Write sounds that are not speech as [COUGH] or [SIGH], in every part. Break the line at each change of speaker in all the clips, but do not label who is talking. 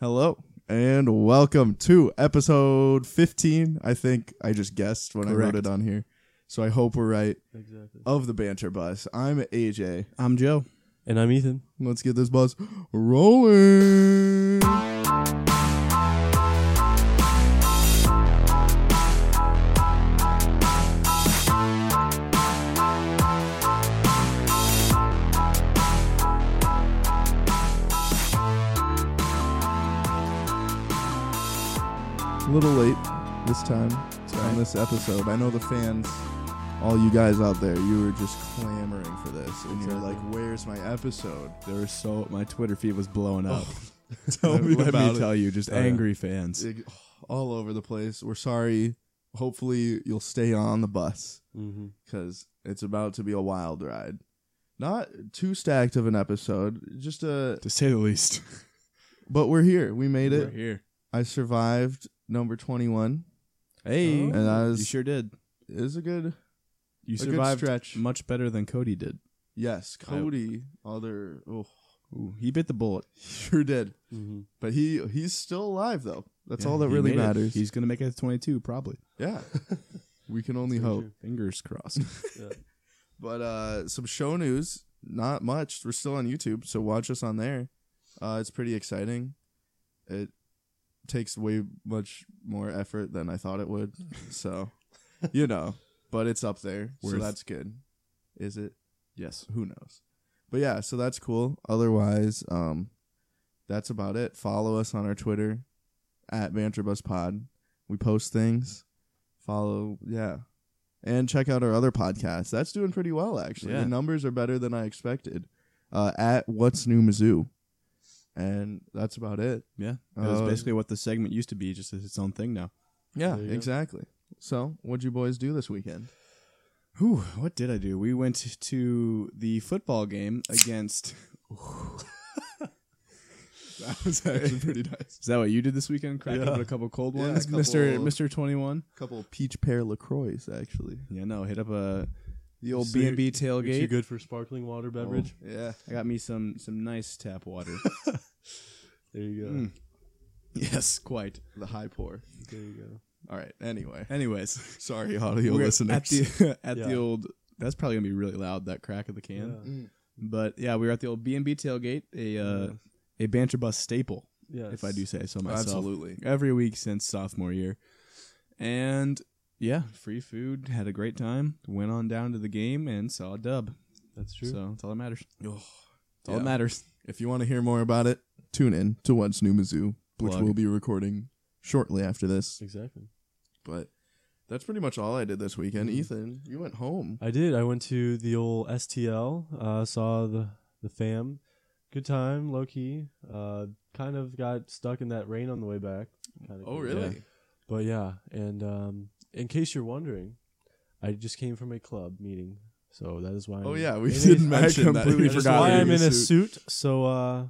Hello and welcome to episode 15. I think I just guessed when I
Correct.
wrote it on here. So I hope we're right
Exactly.
of the banter bus. I'm AJ.
I'm Joe.
And I'm Ethan.
Let's get this bus rolling. A little late this time on this episode. I know the fans, all you guys out there, you were just clamoring for this, and you're
Exactly.
like, "Where's my episode?"
There were so my Twitter feed was blowing up.
Oh, [LAUGHS] Tell
let
me
let
about
me
it.
tell you, just
Oh, yeah.
angry fans.
It- all over the place. We're sorry. Hopefully, you'll stay on the bus
Mm-hmm.
because it's about to be a wild ride. Not too stacked of an episode, just a.
to say the [LAUGHS] least.
But we're here. We made
We're
it.
here.
I survived number twenty-one.
Hey,
Oh.
And I
you
was
sure did.
it was a good,
You
a good
survived
stretch.
much better than Cody did.
Yes, Cody. Other oh, [LAUGHS]
Ooh, he bit the bullet.
sure did.
Mm-hmm.
But he he's still alive though. That's
Yeah,
all that
he
really
made it.
matters.
He's gonna make it to 22, probably. [LAUGHS]
Yeah, we can only hope.
Fingers [LAUGHS] crossed.
But uh some show news, not much. We're still on YouTube, so watch us on there. Uh it's pretty exciting. It takes way much more effort than I thought it would.
[LAUGHS]
So, you know, but it's up there. So
Worth.
that's good. Is it?
yes.
Who knows? But yeah, so that's cool. Otherwise, um that's about it. Follow us on our Twitter at Banterbus Pod. We post things. Follow, yeah. And check out our other podcast. That's doing pretty well, actually.
Yeah.
The numbers are better than I expected. Uh, at What's New Mizzou. And that's about it.
Yeah. That was
Uh,
basically what the segment used to be, just as its own thing now.
Yeah,
There you go.
exactly. So, what'd you boys do this weekend?
Whew, what did I do? We went to the football game against. [LAUGHS] that [LAUGHS] was actually pretty nice. Is that what you did this weekend? Cracked
Yeah.
open a couple cold
Yeah, a
ones,
couple-
Mister Mister Twenty One.
A couple of peach pear LaCroix, actually.
Yeah, no, hit up a the old
So
B
you're-
and B
Too
tailgate.
good for sparkling water beverage.
Yeah.
I got me some some nice
[LAUGHS]
tap water.
There you go.
Mm. yes, quite.
The high pour.
There you go.
All right. Anyway.
Anyways,
Sorry, audio
we're
listeners.
at the [LAUGHS] at the
Yeah.
old. That's probably gonna be really loud. That crack of the can.
Yeah.
But yeah, we were at the old B and B tailgate, a uh, a banter bus staple.
Yes.
if I do say so myself.
Absolutely.
Every week since sophomore year. And yeah, free food, had a great time, went on down to the game and saw a dub.
That's true.
So that's all that matters.
Ugh.
That's all
Yeah.
that matters.
If you want to hear more about it, tune in to What's New Mizzou, which
Plug.
we'll be recording shortly after this.
Exactly.
But that's pretty much all I did this weekend.
Mhm.
Ethan, you went home.
I did. I went to the old STL. Uh, saw the the fam. Good time, low key. Uh, kind of got stuck in that rain on the way back. Kinda cool. Yeah. But yeah, and um, in case you're wondering, I just came from a club meeting, so that is why.
Oh
I'm-
yeah, we
It
did
is-
not mention that.
completely
You
That is
forgot
why
you
were
I'm in a
suit.
suit. So, uh,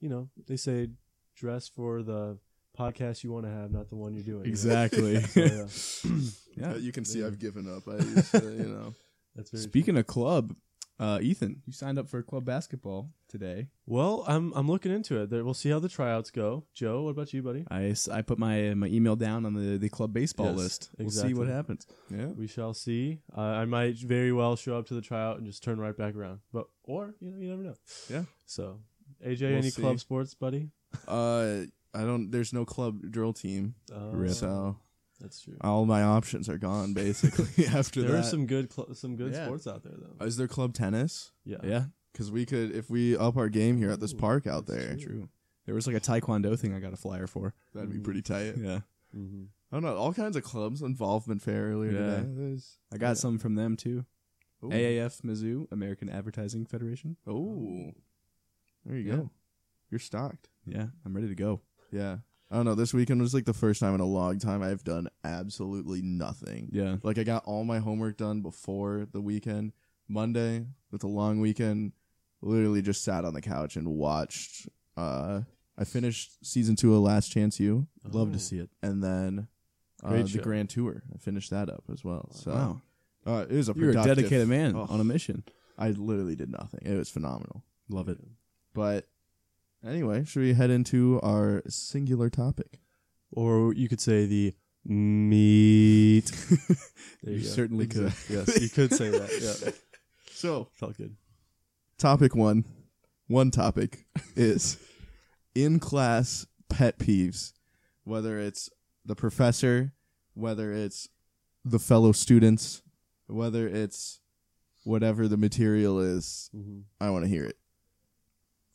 you know, they say dress for the podcast you want to have, not the one you're doing. you know?
[LAUGHS] Exactly.
So, [LAUGHS] yeah,
yeah.
Uh, You can see
Yeah.
I've given up. I used to, you know. [LAUGHS]
that's very
Speaking of club, uh, Ethan, you signed up for club basketball today.
Well, I'm I'm looking into it. There- We'll see how the tryouts go. Joe, what about you, buddy?
I, s- I put my my email down on the, the club baseball
Yes,
list. We'll
exactly.
see what happens.
Yeah.
We shall see. Uh, I might very well show up to the tryout and just turn right back around, but or you know, you never know.
Yeah.
So, AJ,
We'll
any
see.
club sports, buddy? [LAUGHS]
Uh, I don't. There's no club drill team,
Uh,
Rip.
so
That's true.
all my options are gone basically [LAUGHS] after
There are
that.
some good cl- some good
Yeah.
sports out there though.
Is there club tennis?
yeah.
Yeah,
Because we could, if we up our game here at this
Ooh,
park out
that's
there,
true. Mm.
true. There was like a taekwondo thing I got a flyer for.
that'd be pretty tight.
Yeah.
hmm
I don't know. All kinds of clubs. Involvement fair earlier
Yeah.
today. There's-
I got
Yeah.
some from them too.
Ooh.
AAF Mizzou, American Advertising Federation.
Ooh. There you
Um, Yeah.
go. You're stocked.
Yeah, I'm ready to go.
Yeah. I don't know. This weekend was like the first time in a long time I've done absolutely nothing.
Yeah.
Like I got all my homework done before the weekend. Monday, with a long weekend, literally just sat on the couch and watched uh I finished season two of Last Chance U
Love to see it.
and then uh,
Great
the
show.
Grand Tour. I finished that up as well. So
wow.
uh, it was a
You're a
productive-
dedicated man
Oh.
on a mission.
I literally did nothing. It was phenomenal.
Love it.
But Anyway, should we head into our singular topic?
Or you could say the [LAUGHS] meat. There
You
go.
certainly could.
yes,
[LAUGHS]
you could say that. Yeah,
[LAUGHS] So,
felt good.
topic one, one topic
[LAUGHS]
is in class pet peeves, whether it's the professor, whether it's the fellow students, whether it's whatever the material is.
Mhm.
I want to hear it.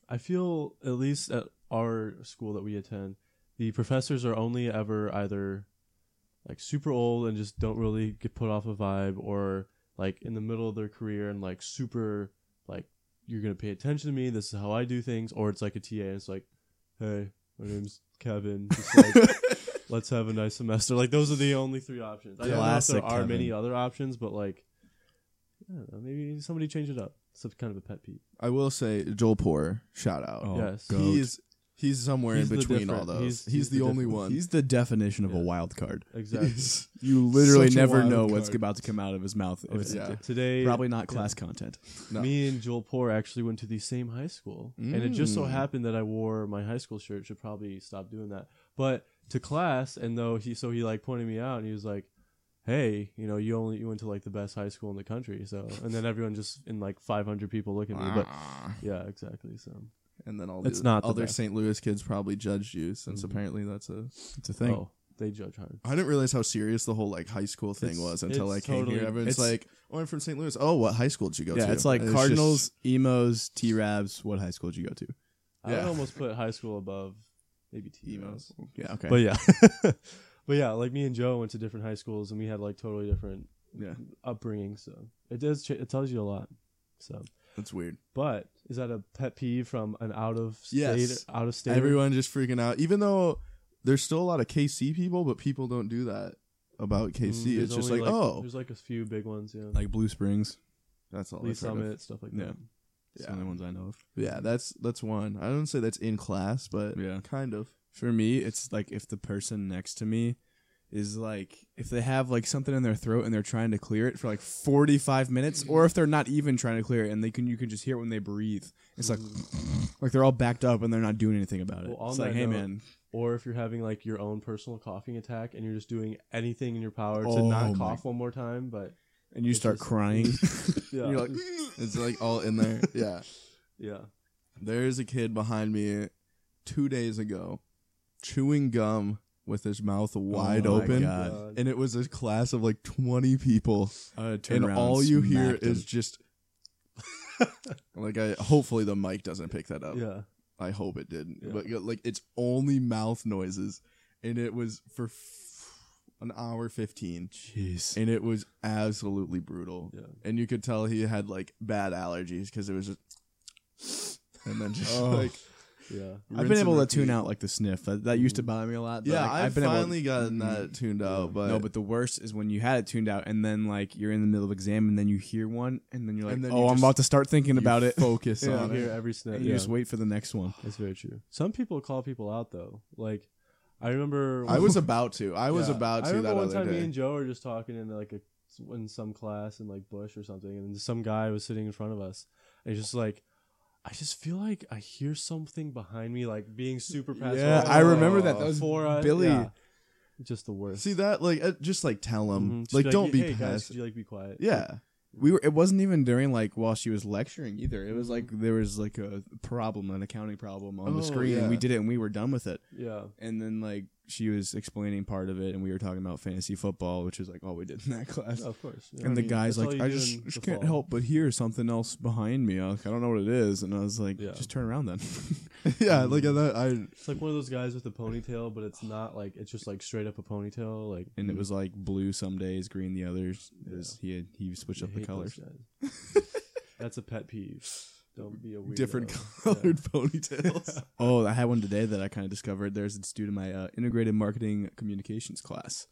I feel at least at our school that we attend, the professors are only ever either like super old and just don't really get put off a vibe, or like in the middle of their career and like super like you're gonna pay attention to me. This is how I do things, or it's like a TA and it's like, hey, my name's Kevin. Just
[LAUGHS]
[LAUGHS] like, let's have a nice semester. Like those are the only three options. I
Classic
don't know if there are many
Kevin.
other options, but like, I don't know, maybe somebody change it up. It's kind of a pet peeve.
I will say Joel Poor, shout out.
Oh,
yes.
goat.
He's he's somewhere
He's
in
the
between all
different-
those. He's,
he's- he's
the,
the
only
different-
one.
He's the definition of a
Yeah.
wild card. [LAUGHS]
Exactly.
You literally
Such a
never
wild
know what's
card.
about to come out of his mouth. If it's
yeah.
Today,
Oh, Probably not class content.
No.
me and Joel Poor actually went to the same high school, and it just so
Mm.
happened that I wore my high school shirt. Should probably stop doing that, but to class, and though he so he like pointed me out, and he was like, "Hey, you know, you only you went to like the best high school in the country." So, and then everyone just in like 500 people look at me, [LAUGHS]
[LAUGHS]
but
Ah.
yeah, exactly. So,
and then all
It's
the
not the
other
best.
St. Louis kids probably judged you since
Mhm.
apparently that's a
It's a thing.
oh, they judge hard.
I didn't realize how serious the whole like high school thing
It's-
was until I
it's
came here.
totally-
Everyone's
it's-
like, "Oh, I'm from St. Louis. Oh, what high school did you go
yeah,
to?"
it's like
And
Cardinals,
just-
emos, T Rabs. What high school did you go to?
I
Yeah.
would almost put high school above maybe T
Emos.
Yeah, okay.
but yeah, [LAUGHS] but yeah, like me and Joe went to different high schools, and we had like totally different
yeah.
upbringing. So it does. Ch- it tells you a lot. So,
that's weird.
but is that a pet peeve from an out of state?
Yes.
Out of state.
Everyone just freaking out, even though there's still a lot of KC people, but people don't do that about KC. it's just like, oh,
Mm, There's like a few big ones. Yeah.
Like Blue Springs.
that's all.
Lee
I've heard of.
Summit stuff like
Yeah.
that.
It's
Yeah.
the only ones I know of.
Yeah, that's that's one. I don't say that's in class, but
Yeah.
kind of.
For me, it's like if the person next to me is like if they have like something in their throat and they're trying to clear it for like 45 minutes or if they're not even trying to clear it and they can you can just hear it when they breathe. It's [LAUGHS] like like they're all backed up and they're not doing anything about it.
Well, on
it's like,
that
"Hey
note,
man,
Or if you're having like your own personal coughing attack and you're just doing anything in your power to
Oh
not
my-
cough one more time, but
and you
It's
start
just-
[LAUGHS] crying.
yeah,
[LAUGHS] You're like,
It's
[LAUGHS]
like [LAUGHS] all in there. Yeah.
yeah.
There is a kid behind me two days ago chewing gum with his mouth wide
my
open.
God.
Oh God.
And it was a class of like 20 people.
uh,
and all you hear is
[LAUGHS]
just. like, I hopefully the mic doesn't pick that
"Oh."
up.
yeah.
I hope it didn't.
Yeah.
But like, it's only mouth noises. And it was for f- an hour 15.
jeez.
And it was absolutely brutal.
Yeah.
And you could tell he had like bad allergies because it was
[SIGHS]
just. And then just
Oh.
like.
Yeah.
I've been
rinse and
able to
repeat.
tune out like the sniff. That, that used to bother me a lot. but,
Yeah,
like,
I've,
been able-
finally gotten
Mm.
that tuned out, but
no, but the worst is when you had it tuned out, and then like you're in the middle of exam, and then you hear one, and then you're like,
And then you
"Oh, I'm
just-
about to start thinking
you
about it." [LAUGHS]
[LAUGHS]
Focus
Yeah.
on
You
it.
hear every snip.
And you
yeah.
just wait for the next one.
That's very true. Some people call people out though. Like, I remember
I
[LAUGHS]
was about to. I was
Yeah.
about
I
to
remember
that
one
other
time
day.
me and Joe were just talking in like a in some class in like Bush or something, and some guy was sitting in front of us, and he's just like, I just feel like I hear something behind me, like being super passive.
Yeah,
I remember that. That
was
before I-
Billy.
yeah. Just the worst.
See that? Like, uh, just like tell him.
Mhm. Just
Like, don't be
hey, Guys,
passive.
could you like be quiet?
yeah,
We were. It wasn't even during like while she was lecturing either. It was like there was like a problem, an accounting problem on
Oh,
the screen,
yeah.
and we did it, and we were done with it.
yeah.
And then like she was explaining part of it, and we were talking about fantasy football, which is like all we did in that [LAUGHS] class.
No, of course. Yeah,
And
I
the
mean,
guy's
that's all
like,
you
I
do
just,
in the
just can't
fall.
help but hear something else behind me. I, like, I don't know what it is. And I was like,
Yeah.
just turn around
[LAUGHS]
then. [LAUGHS] Um,
yeah. Like uh, that. I.
It's like one of those guys with a ponytail, but it's not like it's just like straight up a ponytail. Like,
and it was like blue some days, green the others. It was, he had, he switched
I
up the
hate those
colors. [LAUGHS]
guys. That's a pet peeve. Don't be a weirdo.
Different
Yeah.
colored
[LAUGHS]
ponytails.
[LAUGHS] Oh, I had one today that I kind of discovered. There's this dude in my uh, integrated marketing communications class,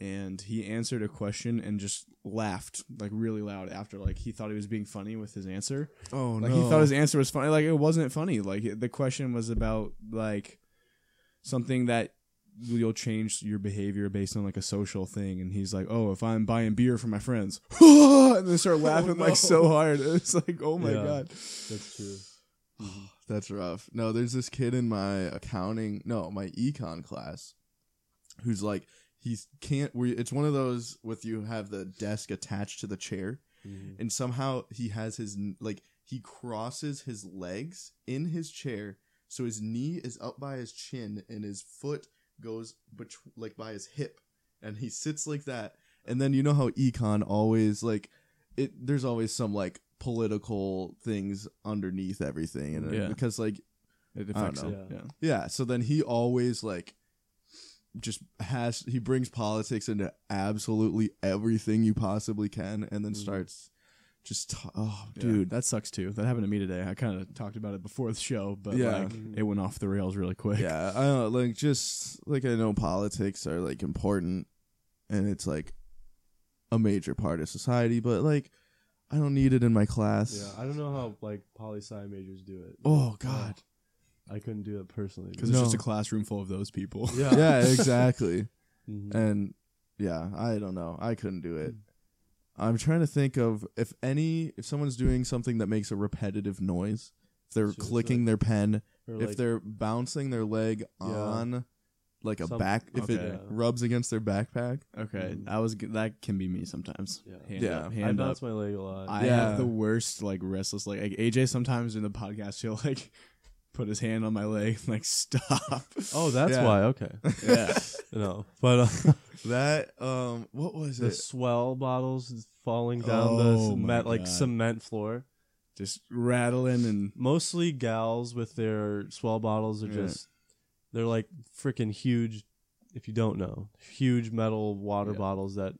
and he answered a question and just laughed like really loud after like he thought he was being funny with his answer.
oh
Like he thought his answer was funny. Like it wasn't funny. Like it- the question was about like something that you'll change your behavior based on like a social thing. And he's like, "Oh, if I'm buying beer for my friends," [LAUGHS] and they start laughing
no.
like so hard. [LAUGHS] It's like, "Oh my
Yeah.
god!"
That's true.
That's rough. No, there's this kid in my accounting, no, my econ class, who's like he can't. We it's one of those with you have the desk attached to the chair,
Mhm.
and somehow he has his kn- like he crosses his legs in his chair, so his knee is up by his chin and his foot goes bet- like by his hip, and he sits like that. And then you know how econ always like it there's always some like political things underneath everything and
Yeah.
because like
It
I don't
affects
know.
it. Yeah.
yeah so then he always like just has he brings politics into absolutely everything you possibly can and then
Mhm.
starts just ta- oh
Yeah.
dude
that sucks too. That happened to me today. I kind of talked about it before the show, but
Yeah.
like it went off the rails really quick. [LAUGHS]
yeah i don't know like just like i know politics are like important and it's like a major part of society but like i don't need it in my class
Yeah, I don't know how like poli sci majors do it. Oh,
oh god
I couldn't do it personally.
Because
No.
it's just a classroom full of those
[LAUGHS]
people. [LAUGHS]
yeah,
yeah exactly
Mhm.
and yeah i don't know i couldn't do it i'm trying to think of if any if someone's doing something that makes a repetitive noise if they're
So it's like-
clicking their pen
Or,
if
like,
they're bouncing their leg
Yeah.
on like a
Some-
back if it
Okay.
rubs against their backpack
Okay,
Mm.
I was g- that can be me sometimes.
Yeah.
hand
Yeah.
up,
I
hand up.
bounce my leg a lot.
I
Yeah.
have the worst like restless leg. Like AJ sometimes in the podcast he'll like [LAUGHS] put his hand on my leg [LAUGHS] and like stop.
oh, that's
Yeah.
why. Okay,
[LAUGHS] yeah.
no, but uh,
that um what was
the
it
swell bottles falling down
Oh,
the
my
cement, like
God.
cement floor.
Just rattling and
Mostly gals with their swell bottles are
Yeah.
just they're like freaking huge. If you don't know, huge metal water
Yeah.
bottles that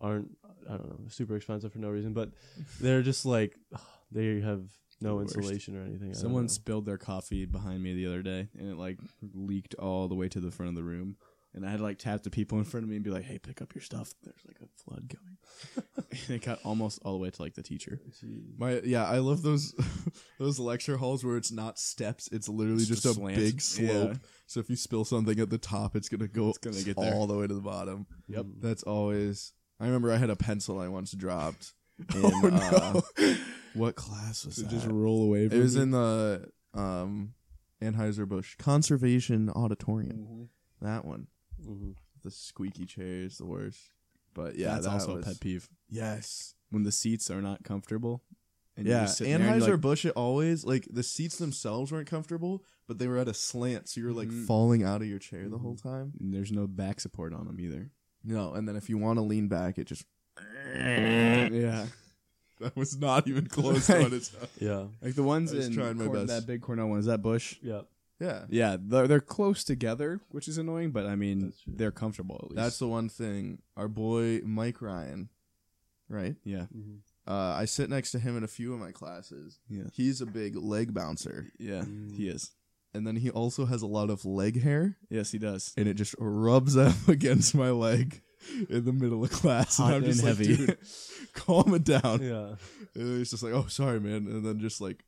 aren't I don't know super expensive for no reason, but they're just like [SIGHS] they have no
The worst.
insulation or anything. I don't
someone
know.
spilled their coffee behind me the other day and it like leaked all the way to the front of the room. And I had to like tap the people in front of me and be like, "Hey, pick up your stuff. There's like a flood coming." [LAUGHS] and it got almost all the way to like the teacher.
Jeez.
my yeah i love those [LAUGHS] those lecture halls where it's not steps it's literally
It's
just,
just
a
slant.
big slope
[LAUGHS] Yeah.
so if you spill something at the top it's gonna go
It's gonna get
all
there.
the way to the bottom
Yep.
Mm.
That's always. I remember I had a pencil I once dropped. In,
oh [LAUGHS]
uh,
no!
what class was
So
that?
just roll away. From
it was
me.
in the um, Anheuser Busch Conservation Auditorium.
Mm-hmm.
That one,
Mhm.
the squeaky chair is the worst. But yeah,
that's
that
also
was,
a pet peeve
Yes.
when the seats are not comfortable. And
yeah,
Anheuser.
Anheuser Busch. It always like the seats themselves weren't comfortable, but they were at a slant, so you were like
Mhm.
falling out of your chair the whole time.
"Mm, there's no back support on them either.
No, and then if you want to lean back, it [LAUGHS] just
Eh.
yeah,
that was not even close to what it's.
Yeah.
like the ones
I was
in
trying my
Corn-
best.
that big Cornell one is that Bush.
Yeah.
Yeah,
Yeah, they're, they're close together, which is annoying, but I mean
That's true.
they're comfortable at least.
That's the one thing. Our boy Mike Ryan, right?
yeah,
Mm-hmm.
Uh, I sit next to him in a few of my classes.
Yeah.
He's a big leg bouncer,
yeah,
Mm.
he is.
and then he also has a lot of leg hair,
Yes, he does.
and it just rubs [LAUGHS] up against my leg in the middle of class.
Hot
I'm
and
just
heavy.
Like, Dude, [LAUGHS] calm it down.
Yeah.
And he's just like, "Oh, sorry, man," and then just like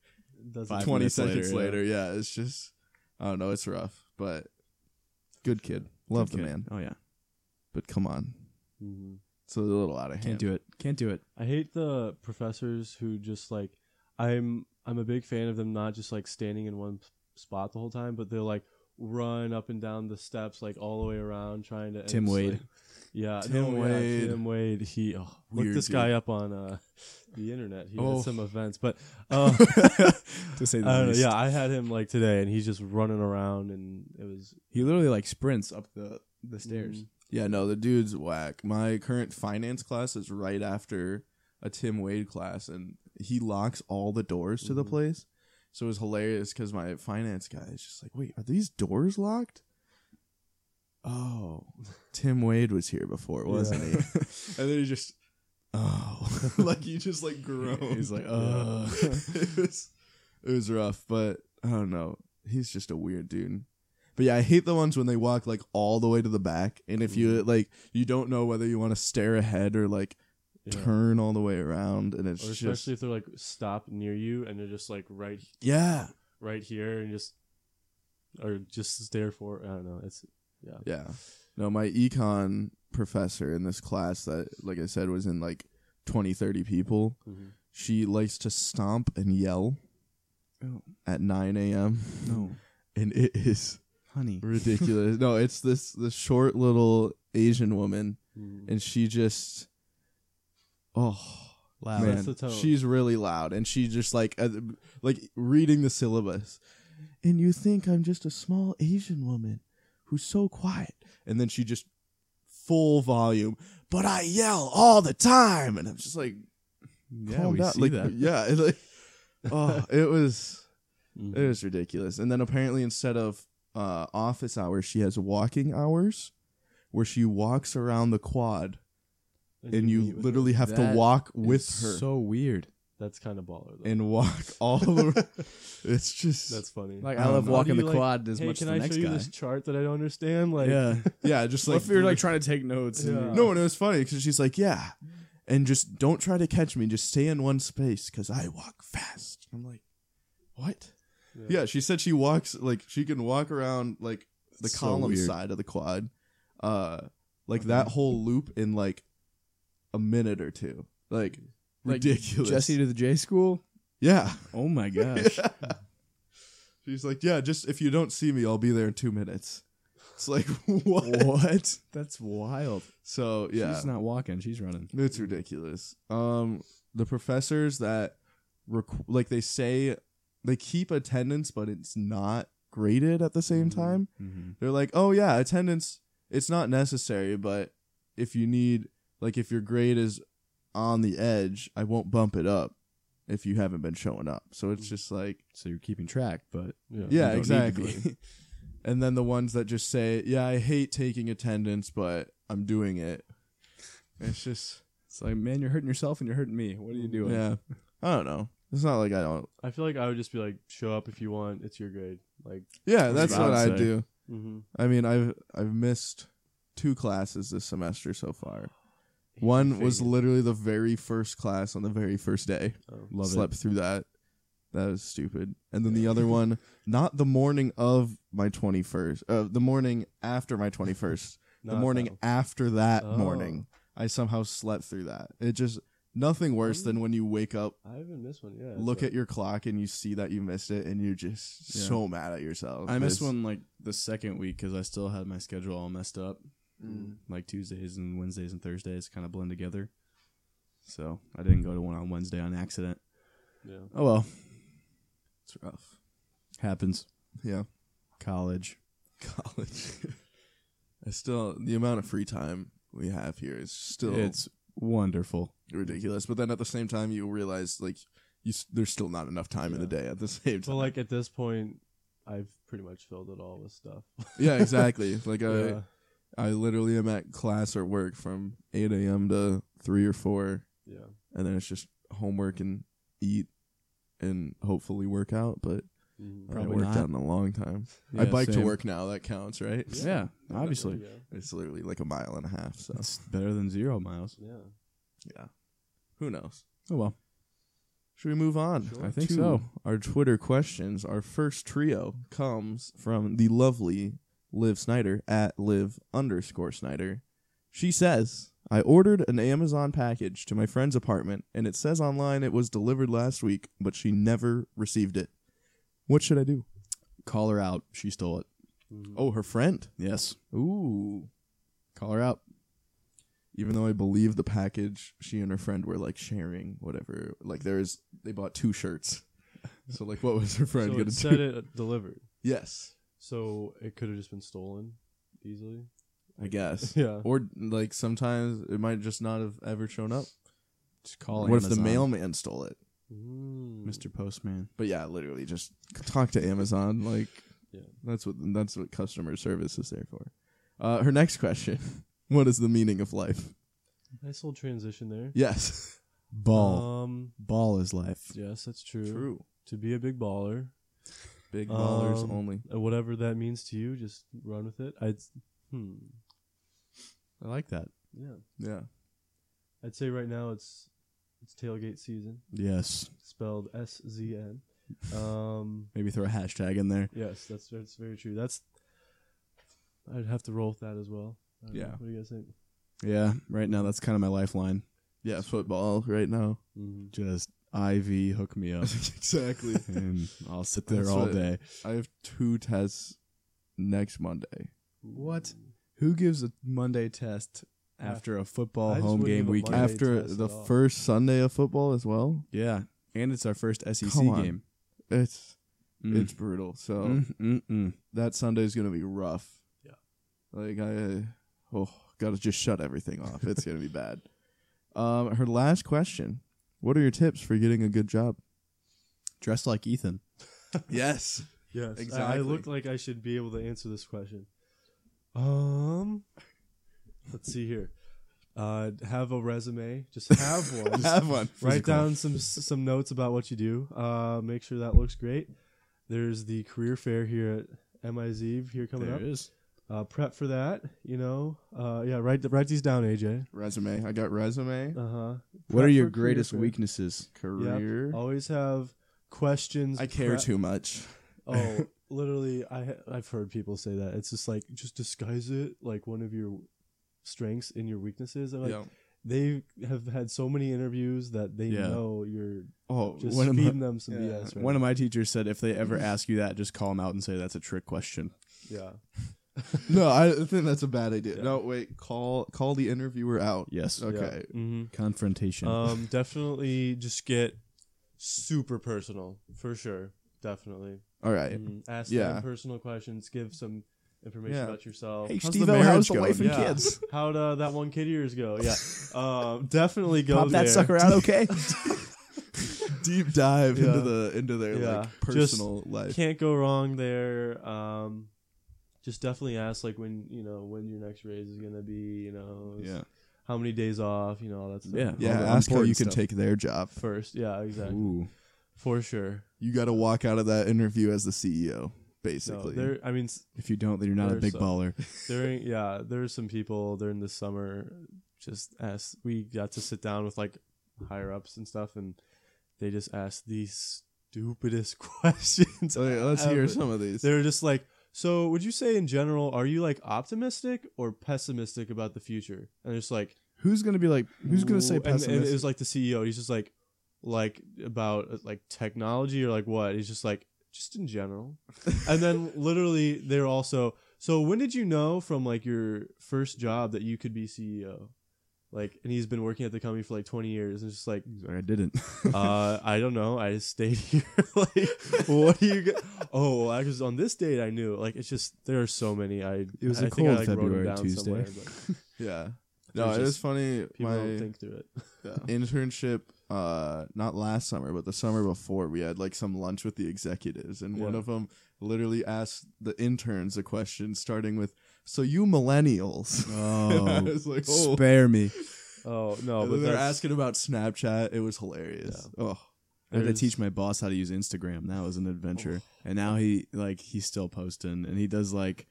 That's
Five
twenty
minutes
seconds
later,
later, yeah. it's just, I don't know, it's rough, but good kid, love the
Good.
man,
Oh yeah,
but come on,
Mhm.
it's a little out of hand.
can't do it. Can't do it.
I hate the professors who just like I'm I'm a big fan of them not just like standing in one spot the whole time, but they're like run up and down the steps like all the way around trying to and
Tim
it's,
Wade.
like- yeah,
Tim
no, yeah,
Wade.
Tim Wade. He oh, look
Weird
this
dude.
guy up on uh the internet. He
Oh.
has some events,
[LAUGHS]
but uh,
[LAUGHS] to say the
I don't know.
least.
Yeah, I had him like today, and he's just running around, and it was
he literally like sprints up the the stairs.
Mhm.
Yeah, no, the dude's whack. My current finance class is right after a Tim Wade class, and he locks all the doors to
Mm-hmm.
the
Mhm.
place. So it was hilarious because my finance guy is just like, wait, are these doors locked? Oh, Tim Wade was here before, wasn't
[LAUGHS]
he? and then he just, oh, [LAUGHS] like he just like groaned. [LAUGHS]
He's like, "Ugh."
it, was, it was rough, but I don't know. He's just a weird dude. But yeah, I hate the ones when they walk like all the way to the back, and if you
Mm-hmm.
like, you don't know whether you want to stare ahead or like
yeah.
turn all the way around, and it's
Or
just
especially if they're like stop near you and they're just like right
yeah,
right here and just or just stare for I don't know. It's
yeah. No, my econ professor in this class that, like I said, was in like 20, 30 people. She likes to stomp and yell
Oh,
at 9 a.m.
no,
[LAUGHS] and it [LAUGHS] is
honey.
ridiculous. no, it's this this short little Asian woman,
Mm.
and she just, oh
Loud.
man,
Sets the tone.
she's really loud, and she just like uh, like reading the syllabus. And you think I'm just a small Asian woman who's so quiet, and then she just full volume, but I yell all the time, and I'm just like,
Yeah,
calm
we
down.
see
like,
that.
yeah, it,
[LAUGHS]
like, oh, it was.
Mhm.
It was ridiculous. And then apparently, instead of uh, office hours, she has walking hours where she walks around the quad and
meet
you
with her.
literally have to
That
walk with
It's
her [LAUGHS]
So weird. [LAUGHS]
That's kind of baller. Though.
and walk all the. it's just.
That's funny.
Like
I
I, love
don't know.
How
walking
do
the
you, like,
quad as
hey,
much as
can
the
I
next
show you
guy.
this chart that I don't understand? Like,
[LAUGHS] yeah.
yeah, just
Like,
like.
if you're like trying to take notes. and
Yeah.
you're-
no, and it was funny because she's like, yeah. And just don't try to catch me. Just stay in one space because I walk fast. I'm like, what? Yeah. she said she walks like she can walk around like the
So
column
weird. Mm-hmm.
side of the quad, uh, like that whole loop in like a minute or two, like,
Like,
ridiculous.
[LAUGHS] Jesse to the J school.
yeah.
[LAUGHS]
[LAUGHS]
Oh my gosh.
she's like, yeah, just if you don't see me, I'll be there in two minutes. It's like [LAUGHS] what?
what? That's wild.
So yeah,
She's not walking. She's running.
It's ridiculous. Um, the professors that, requ- like they say, they keep attendance, but it's not graded at the same
Mm-hmm.
Mhm.
time. They're like, oh yeah, attendance. It's not necessary, but if you need, like, if your grade is on the edge, I won't bump it up if you haven't been showing up. So it's just like,
So you're keeping track, but
Yeah.
yeah,
you don't need to
exactly. [LAUGHS] and then the ones that just say, yeah, I hate taking attendance, but I'm doing it. It's just.
it's like, man, you're hurting yourself and you're hurting me. What are you doing?
Yeah. I don't know. It's not like I don't.
I feel like I would just be like, show up if you want. It's your grade. Like,
Yeah,
That's
that's what
what I would
I
say.
do.
mm-hmm.
I mean, I've I've missed two classes this semester so far. One was literally the very first class on the very first day.
Oh.
Love
Slept through that. That was stupid. And then the [LAUGHS] other one, not the morning of my 21st, uh, the morning after my [LAUGHS] 21st, the morning after that
Oh.
morning. I somehow slept through that. It just nothing worse than when you wake up
I haven't missed one. Yeah.
look at your clock and you see that you missed it and you're just
Yeah.
so mad at yourself.
I missed
It's-
one like the second week because I still had my schedule all messed up. Like Tuesdays and Wednesdays and Thursdays kind of blend together. So I didn't go to one on Wednesday on accident.
Yeah.
Oh well,
It's rough.
happens.
Yeah.
College.
College. [LAUGHS] I still the amount of free time we have here is still
It's wonderful.
ridiculous. But then at the same time, you realize like you s- there's still not enough time in the day at the [LAUGHS] same time.
But like at this point, I've pretty much filled it all with stuff.
[LAUGHS]
yeah, exactly. Like I
[LAUGHS] Yeah.
I literally am at class or work from eight a.m. to three or four,
Yeah.
and then it's just homework and eat and hopefully work out. But
Mhm.
I
Probably
haven't worked
not.
out in a long
[LAUGHS]
time. I
Yeah,
bike
same.
to work now. That counts, right?
Yeah, obviously.
Yeah.
It's literally like a mile and a half. So
It's better than zero miles.
Yeah.
who knows?
Oh well.
Should we move on?
Sure.
I think
to
so.
Our Twitter questions. Our first trio comes from the lovely Liv Snyder at Liv underscore Snyder. She says, I ordered an Amazon package to my friend's apartment, and it says online it was delivered last week, but she never received it. What should I do?
Call her out. She stole it.
Mhm.
Oh, her friend.
Yes.
Ooh.
Call her out.
Even though I believe the package she and her friend were like sharing whatever, like there is, they bought two shirts. So like, what was her friend
So
gonna
it said
do?
it delivered.
Yes,
So it could have just been stolen easily.
I guess.
[LAUGHS] Yeah.
Or like sometimes it might just not have ever shown up.
Just call
what if the
Amazon.
mailman stole it?
Mm.
Mr. Postman?
But yeah, literally just talk to Amazon. Like
Yeah.
that's what that's what customer service is there for. Uh, her next question: [LAUGHS] What is the meaning of life?
Hmm. Nice little transition there.
Yes,
Ball.
Um.
Ball is life.
Yes, that's true. To be a big baller,
Big ballers
Um,
only.
uh, whatever that means to you, just run with it. I'd. Hmm.
I like that.
Yeah.
Yeah,
I'd say right now it's it's tailgate season,
Yes.
spelled S Z N. Um.
Maybe throw a hashtag in there.
Yes, that's that's very true. That's. I'd have to roll with that as well. I don't know.
Yeah.
What do you guys think?
Yeah. Right now, that's kind of my lifeline.
yeah. Football right now. [LAUGHS]
Mm-hmm.
Just IV, hook me
[LAUGHS]
up,
exactly.
[LAUGHS] and I'll sit there
That's
all
what-
day.
I have two tests next Monday.
What? Who gives a Monday test after a football
I just
home
wouldn't
game
give a
weekend?
Monday
After
test
the
at all.
first Sunday of football as well,
yeah, and it's our first SEC
Come on. Oh.
game.
it's
Mm.
it's brutal. So
Mm, mm, mm.
that Sunday's gonna be rough.
Yeah.
Like I oh gotta just shut everything off. It's gonna be bad. [LAUGHS] Um her last question. What are your tips for getting a good job?
Dressed like Ethan.
[LAUGHS] Yes.
[LAUGHS]
Yes, I, I
Exactly.
look like I should be able to answer this question. Um, let's see here. Uh, have a resume. Just have
[LAUGHS]
one.
Have one.
Write down some some notes about what you do. Uh, make sure that looks great. There's the career fair here at MIZ here coming up.
is.
Uh, prep for that. You know. Uh, yeah. Write th- write these down, AJ.
Resume. I got resume.
Uh huh.
What are
Prep
your
for career
greatest
fair.
weaknesses?
Career.
Always have questions.
I care
prep-
too much.
[LAUGHS]
Oh, literally, I ha- I've heard people say that. It's just like just disguise it like one of your strengths in your weaknesses. And like
yeah.
they have had so many interviews that they
Yeah.
know you're
Oh,
just
One of my-
feeding them some
yeah,
BS. Right?
One of my teachers said if they ever ask you that, just call them out and say that's a trick question.
yeah,
[LAUGHS] no, I think that's a bad idea.
Yeah.
No, wait. Call call the interviewer out.
Yes.
Okay.
hmm
Confrontation. [LAUGHS]
um, definitely just get super personal for sure. Definitely
All right.
Mhm. ask
Yeah.
them personal questions. Give some information
Yeah.
about yourself.
hey,
how's the
Steve, how's
marriage
the
going?
wife and
Yeah.
kids?
How'd uh, that one kid years go?
[LAUGHS]
Yeah, um, definitely go
Pop
there.
that sucker out, okay?
Deep dive
Mm. Yeah.
into the into their
Yeah.
like
Just
personal life.
can't go wrong there. Um, just definitely ask like when you know when your next raise is gonna be. You know,
yeah.
how many days off. You know, all that stuff.
Yeah.
Yeah.
all the
Ask how
important
you can
stuff.
take their job.
First, yeah, exactly,
Ooh.
for sure.
You got to walk out of that interview as the CEO,
No,
basically.
there. I mean, s-
If you don't, then you're not a
There's
big
some-
baller.
[LAUGHS] during yeah, there's some people during the summer. Just asked. We got to sit down with like higher ups and stuff, and they just asked the stupidest [LAUGHS] questions.
Okay, Oh, let's hear
ever.
some of these.
They're just like, so would you say in general, are you like optimistic or pessimistic about the future? And they're just like,
Who's gonna be like? Who's gonna
"Ooh,"
say
and- And, it
pessimistic?
was like the CEO. He's just like, like about uh, like technology or like what? He's just like, just in general. and
[LAUGHS]
then literally, they're also. So when did you know from like your first job that you could be CEO? Like, and he's been working at the company for like 20 years, and it's just like,
I didn't. [LAUGHS]
uh, I don't know. I just stayed [LAUGHS] here. like, what do you? Get? Oh, well, because on this date I knew. Like, it's just there are so many. I
It was
I
a
think I, like, wrote
cold
'em
February
down
Tuesday.
somewhere, but
yeah. No,
There's
it was
just
funny.
people don't
My
think through it.
internship, uh, not last summer, but the summer before, we had like some lunch with the executives, and one
Yeah.
of them literally asked the interns a question starting with, "So you millennials?" [LAUGHS] I
oh,
was like, "Oh."
spare me.
Oh no,
And
but
then they're
that's,
asking about Snapchat. It was hilarious. Oh,
I had to
there's-
teach my boss how to use Instagram. That was an adventure. And now he like he's still posting, and he does [LAUGHS] like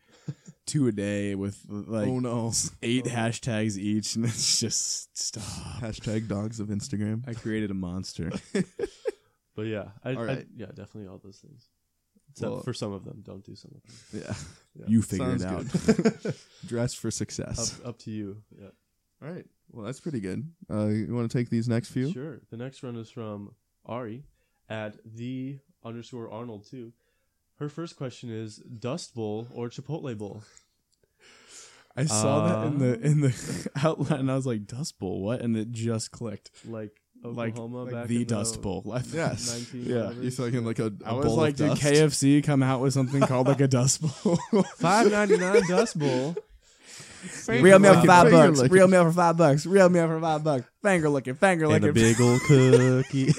two a day with like
oh no. [LAUGHS]
eight hashtags each, and it's just [LAUGHS] stop.
Hashtag dogs of Instagram.
I created a monster. [LAUGHS]
But yeah, I,
All
I-
right.
yeah, definitely all those things. Except
Well-
for some of them, don't do some of them.
Yeah.
[LAUGHS]
You figure
Sounds
it out.
good. Dress for
[LAUGHS]
success.
Up, up to you. Yeah,
All right. Well, that's pretty good. Uh, you want to take these next few?
sure. The next one is from Ari at the underscore Arnold too. Her first question is Dust Bowl or Chipotle Bowl?
I saw that in the in the [LAUGHS] outline. and I was like, Dust Bowl, what? And it just clicked.
Like
Like,
Oklahoma
like
back
the
in
Dust Bowl. I-
Yes.
19
Yeah.
You're talking like a, a
I was
bowl
like,
of
did
dust?
KFC come out with something called like a Dust Bowl?
[LAUGHS] Five ninety nine Dust
[LAUGHS]
Bowl.
Real meal for
licking,
five
finger
bucks.
licking.
Real meal for five bucks. Real meal for five bucks. Finger looking, finger looking.
old cookie.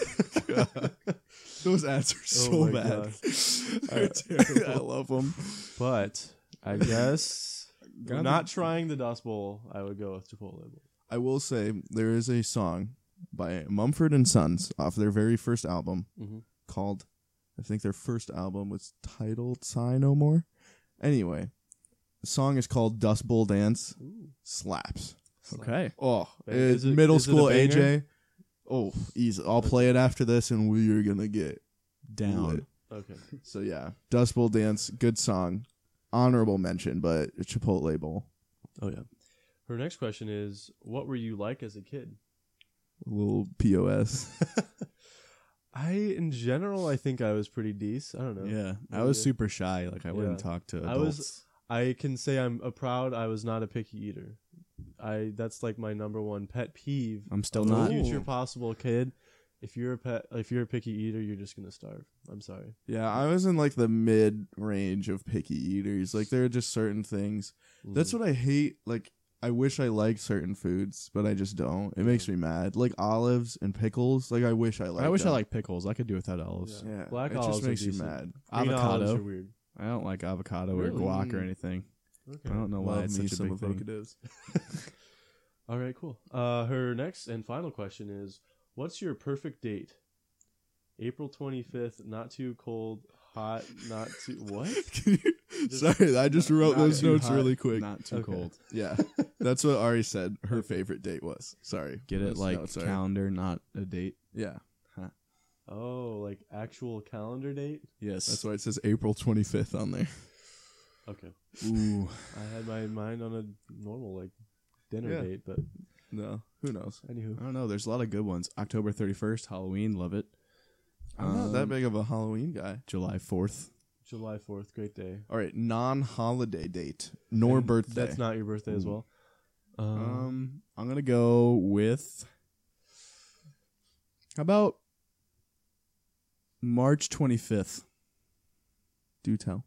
[LAUGHS]
Those ads are so
Oh my
bad. [LAUGHS]
They're terrible. I love them.
But I [LAUGHS] guess
Got
not trying the Dust Bowl. I would go with Chipotle Bowl.
I will say there is a song by Mumford and Sons off their very first album
Mhm.
called, I think their first album was titled "Sigh No More." Anyway, the song is called "Dust Bowl Dance." Slaps.
Okay.
Oh,
Bang-
it's
is it-
middle
is it a
school
banger?
AJ. Oh, easy. I'll play it after this, and we're gonna get
Down.
Okay.
[LAUGHS] So yeah, Dust Bowl Dance, good song, honorable mention, but Chipotle Bowl,
Oh yeah. Her next question is, what were you like as a kid?
a little pos.
I, in general, I think I was pretty decent. I don't know.
Yeah, I was
Yeah.
super shy. Like I wouldn't
Yeah.
talk to
I
adults.
was- I can say I'm a proud. I was not a picky eater. I that's like my number one pet peeve.
I'm still
of a
not.
Ooh.
future possible kid. If you're a pet, if you're a picky eater, you're just gonna starve. I'm sorry.
Yeah, I was in like the mid range of picky eaters. Like there are just certain things. That's what I hate. Like I wish I liked certain foods, but I just don't. It makes me mad. Like olives and pickles. Like I wish I liked.
I wish I
them.
liked pickles. I could do without olives.
Yeah.
Yeah,
Black
it just
olives are
makes you
decent.
mad.
Avocado.
Are weird.
I don't like avocado
Really?
or guac or anything.
Okay.
I don't know why
Love
it's
me
such a
some
big thing.
[LAUGHS] avocados.
All right, cool. Uh, her next and final question is, what's your perfect date? April 25th. Not too cold, hot, not
[LAUGHS]
too what?
Can you- Sorry, I just wrote
Not
those
too
notes
hot,
really quick.
Not too
Okay.
cold.
[LAUGHS] Yeah, that's what Ari said. Her favorite date was. Sorry,
Get it
Those
like
notes are-
calendar, not a date.
Yeah,
Oh, like actual calendar date?
Yes.
that's why it says April 25th on there.
Okay.
Ooh.
I had my mind on a normal like dinner
Yeah.
date, but
No, who knows?
anywho,
I don't know. There's a lot of good ones. October 31st, Halloween. Love it.
I'm not that
Um,
big of a Halloween guy.
July 4th.
July 4th, great day.
All right, non-holiday date nor
And
birthday.
[LAUGHS] That's not your birthday as
Ooh.
well. Um,
Um, I'm gonna go with. How about March 25th?
do tell.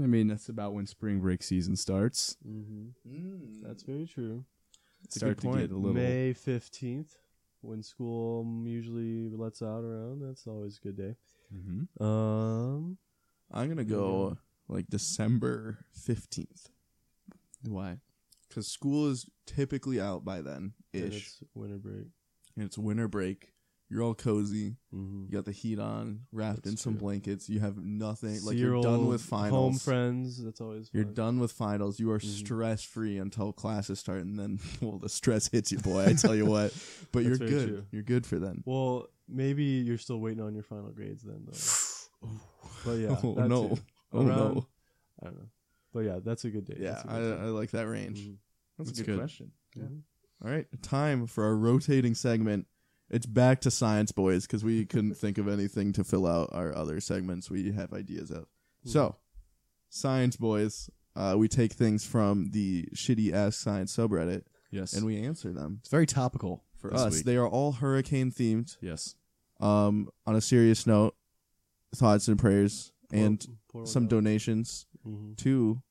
I mean, that's about when spring break season starts.
mhm. That's very true.
It's a
Start
good
to
point.
get a little.
May 15th, when school um, usually lets out around. That's always a good day.
Mhm.
Um,
I'm gonna go like December fifteenth
Why?
because school is typically out by then
and
ish,
It's winter break.
and it's winter break. You're all cozy.
Mm-hmm.
You got the heat on, wrapped
That's
in some
true.
blankets. You have nothing. like you're done with finals.
Home friends. That's always
You're
fun.
done with finals. You are
Mhm.
stress free until classes start, and then [LAUGHS] well, the stress hits you, boy. I tell you what. But you're
That's very
good.
true.
You're good for
[SIGHS]
then.
Well, maybe you're still waiting on your final grades then, though. But yeah,
[LAUGHS] Oh,
that
no.
too.
Oh
Around-
no.
I don't know. But yeah, that's a good day.
Yeah,
That's a
I,
good
I like that range.
Mhm.
That's,
That's
a good,
good.
question.
Yeah. Mhm.
All right, time for our rotating segment. It's back to science, boys, because we couldn't think of anything to fill out our other segments we have ideas of.
Mm.
So, science, boys, uh, we take things from the shitty ass science subreddit
Yes.
and we answer them.
it's very topical for
For us,
Week.
they are all hurricane themed.
yes.
Um, on a serious note, thoughts and prayers
Pour-
and
pour one
some
out.
donations
Mhm.
to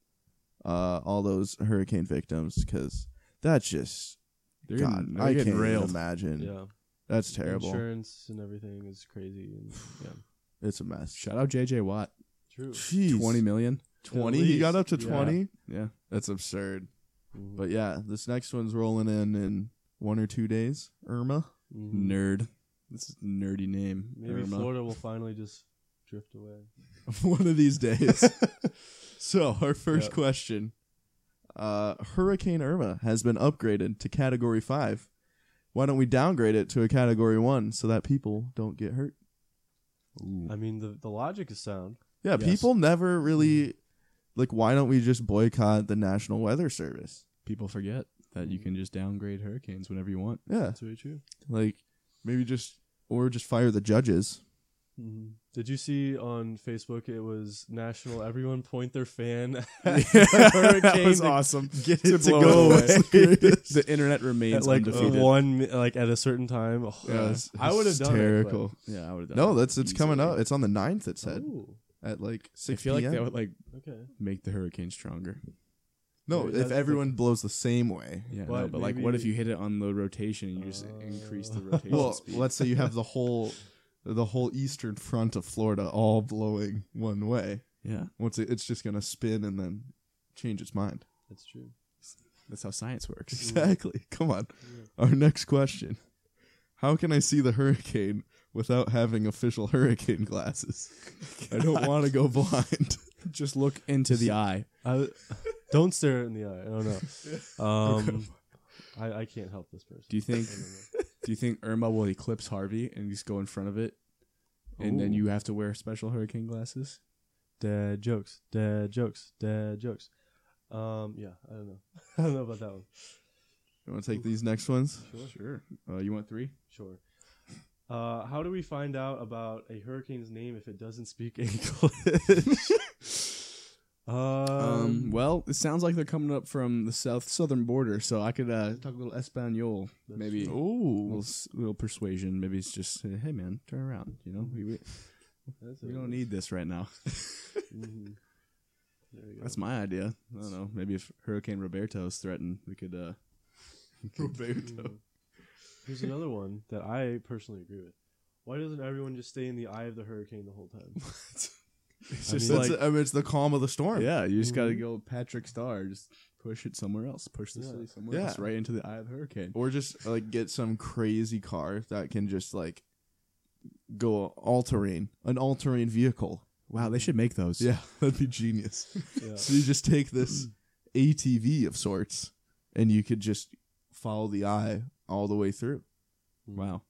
uh, all those hurricane victims because that's just
They're
God, I
getting, I
can't
getting
even
railed.
imagine.
Yeah,
That's terrible.
Insurance and everything is crazy. And, yeah,
It's a mess.
Shout out JJ Watt.
true.
[SIGHS] Jeez.
20 million.
20? He got up to
Yeah.
20?
Yeah.
That's absurd.
Mhm.
But yeah, this next one's rolling in in one or two days. Irma.
Mhm.
Nerd. This is a nerdy name.
Maybe
Irma.
Florida will finally just drift away.
[LAUGHS] one of these
[LAUGHS]
days. so, our first
Yeah.
question uh, Hurricane Irma has been upgraded to Category 5. Why don't we downgrade it to a Category 1 so that people don't get hurt?
Ooh.
I mean, the the logic is sound.
Yeah,
Yes. Mm-hmm.
people never really. Like, why don't we just boycott the National Weather Service?
People forget that you can just downgrade hurricanes whenever you want.
Yeah.
That's very true.
Like maybe just or just fire the judges. Mm-hmm.
Mhm. Did you see on Facebook? It was national. Everyone point their fan. [LAUGHS] at
[LAUGHS] that
[LAUGHS]
hurricane
was
to-
awesome. Get
it to go away. [LAUGHS] uh,
the internet remains
At like
undefeated.
one, mi- like at a certain time. Oh,
Yeah, it's
I would have done it. but-
hysterical.
yeah, I would. Oh.
No, that's it's coming up. It's on the 9th, it said.
Ooh,
At like
I
six
feel like
PM.
that would like
okay.
make the hurricane stronger.
no,
Wait,
if
that's
everyone blows the same way.
Yeah,
But
no, but like, what
maybe-
if you hit it on the rotation and you just increase the
Oh.
rotation
Well,
speed?
let's say you have the whole the whole eastern front of Florida all blowing one way.
yeah,
Once it, it's just gonna spin and then change its mind. [LAUGHS]
That's true.
that's how science works.
Exactly. Come on. Our next question. How can I see the hurricane without having official hurricane glasses? I don't want to go blind.
[LAUGHS]
[LAUGHS]
just look into the eye.
I [LAUGHS] don't stare in the eye. I
[LAUGHS]
don't know. Um, I, I can't help this person.
Do you think?
I don't know.
do you think Irma will eclipse Harvey and just go in front of it, and then
Ooh.
you have to wear special hurricane glasses?
Dad jokes, dad jokes, dad jokes. Um, yeah, I don't know. [LAUGHS] I don't know about that one.
You want to take these next ones?
Oh, Sure. Uh, you want three?
Sure. Uh, how do we find out about a hurricane's name if it doesn't speak [LAUGHS] English? [LAUGHS] um,
Um, well, it sounds like they're coming up from the south southern border, so I could uh, talk a little Espanol,
That's
maybe a little,
Oh,
s- little persuasion. Maybe it's just, uh, hey man, turn around. You know, we, we,
that's
we
a- [LAUGHS]
don't need this right now.
Mhm. There we go.
That's my idea. I don't know. Maybe if Hurricane Roberto's threatened, we could. uh [LAUGHS]
Roberto.
Mm. Here's another one that I personally agree with. Why doesn't everyone just stay in the eye of the hurricane the whole time?
It's
I
just
mean-
That's,
like,
I mean, [LAUGHS] it's the calm of the storm.
[LAUGHS] yeah, you just gotta
Mhm.
go Patrick Star. Just push it somewhere else. Push the
Yeah.
city somewhere
Yeah.
else, right into the eye of the hurricane.
Or just like get some crazy car that can just like go all terrain, an all terrain vehicle.
Wow, they should make those.
Yeah, [LAUGHS] that'd be genius.
Yeah.
So you just take this ATV of sorts, and you could just follow the eye all the way through.
Wow.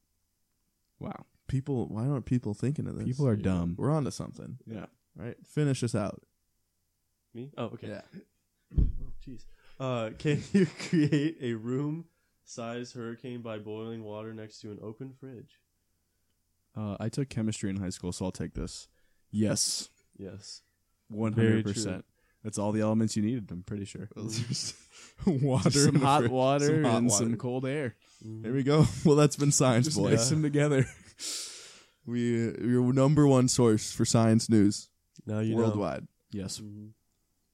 Wow.
People, why aren't people thinking of this?
People are
yeah.
dumb.
We're onto something.
Yeah.
All right, finish this
[LAUGHS]
out.
Me? Oh, okay.
Yeah.
[LAUGHS] Oh, Jeez. Uh, can you [LAUGHS] create a room size hurricane by boiling water next to an open fridge?
Uh, I took chemistry in high school, so I'll take this. Yes,
Yes.
one
Very
hundred
true.
percent. That's all the elements you needed. I'm pretty sure.
[LAUGHS] water,
Just some
in the
hot
fridge.
[LAUGHS] water
Some hot
and
water.
some cold air.
Mm-hmm.
There we go. [LAUGHS] Well, that's been science,
Just
boys.
mix them together.
[LAUGHS] We uh, your number one source for science news
Now you
worldwide.
yes.
Mhm.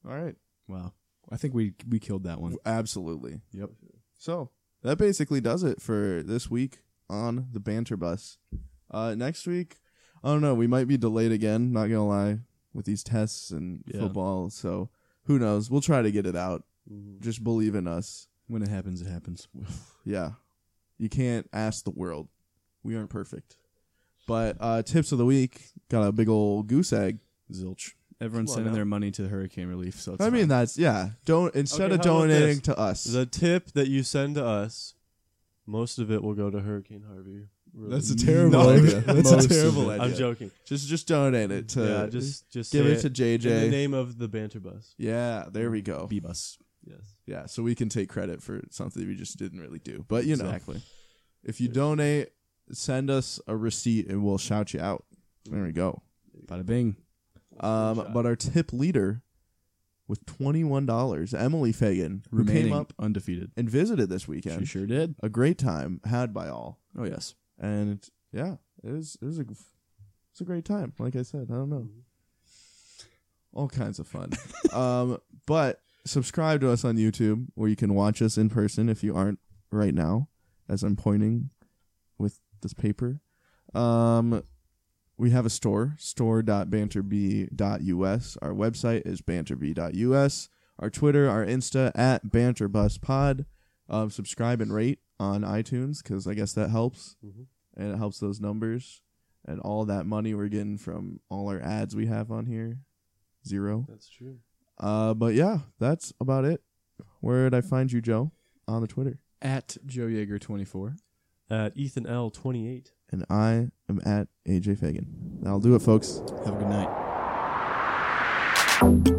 All right,
Wow. I think we we killed that one.
absolutely.
Yep.
So that basically does it for this week on the banter bus. Uh, next week, I don't know. We might be delayed again. Not gonna lie, with these tests and
Yeah.
football. So who knows? We'll try to get it out.
Mhm.
Just believe in us.
When it happens, it happens. [LAUGHS]
Yeah, you can't ask the world. We aren't perfect. But uh, tips of the week got a big old goose egg.
Zilch. Everyone's
Come on
sending
now.
their money to hurricane relief. So it's
I mean, that's yeah. Don't instead
Okay,
of
how about this?
donating to us.
The tip that you send to us, most of it will go to Hurricane Harvey. Really.
That's a
No
terrible
idea.
idea. That's
Most
a
of
terrible
it.
idea.
[LAUGHS] I'm joking.
Just just donate it to.
yeah, just just
give
say
it to
in the
JJ.
name of the banter bus.
yeah, there we go.
B bus.
Yes.
Yeah, so we can take credit for something we just didn't really do. But you know,
Exactly.
if you donate, send us a receipt and we'll shout you out. There we go.
Bada bing.
Um, but our tip leader with twenty one dollars, Emily Fagan, who
Remaining
came up
undefeated.
and visited this
She
weekend.
sure did.
A great time had by all.
Oh yes.
and yeah, it was it was a it was a great time. Like I said, I don't know,
Mm-hmm.
all kinds of fun. um, but subscribe to us on YouTube where you can watch us in person if you aren't right now, as I'm pointing with this paper. Um, we have a store store.banterb.us. Our website is banterb.us. Our Twitter, our Insta at banterbuspod. Um, subscribe and rate on iTunes because I guess that helps
Mm-hmm.
and it helps those numbers and all that money we're getting from all our ads we have on here zero
That's true.
uh but yeah that's about it where did i find you joe on the twitter
At Joe Yeager twenty four.
At Ethan L twenty eight.
and i am at aj fagan that'll do it folks
Have a good night.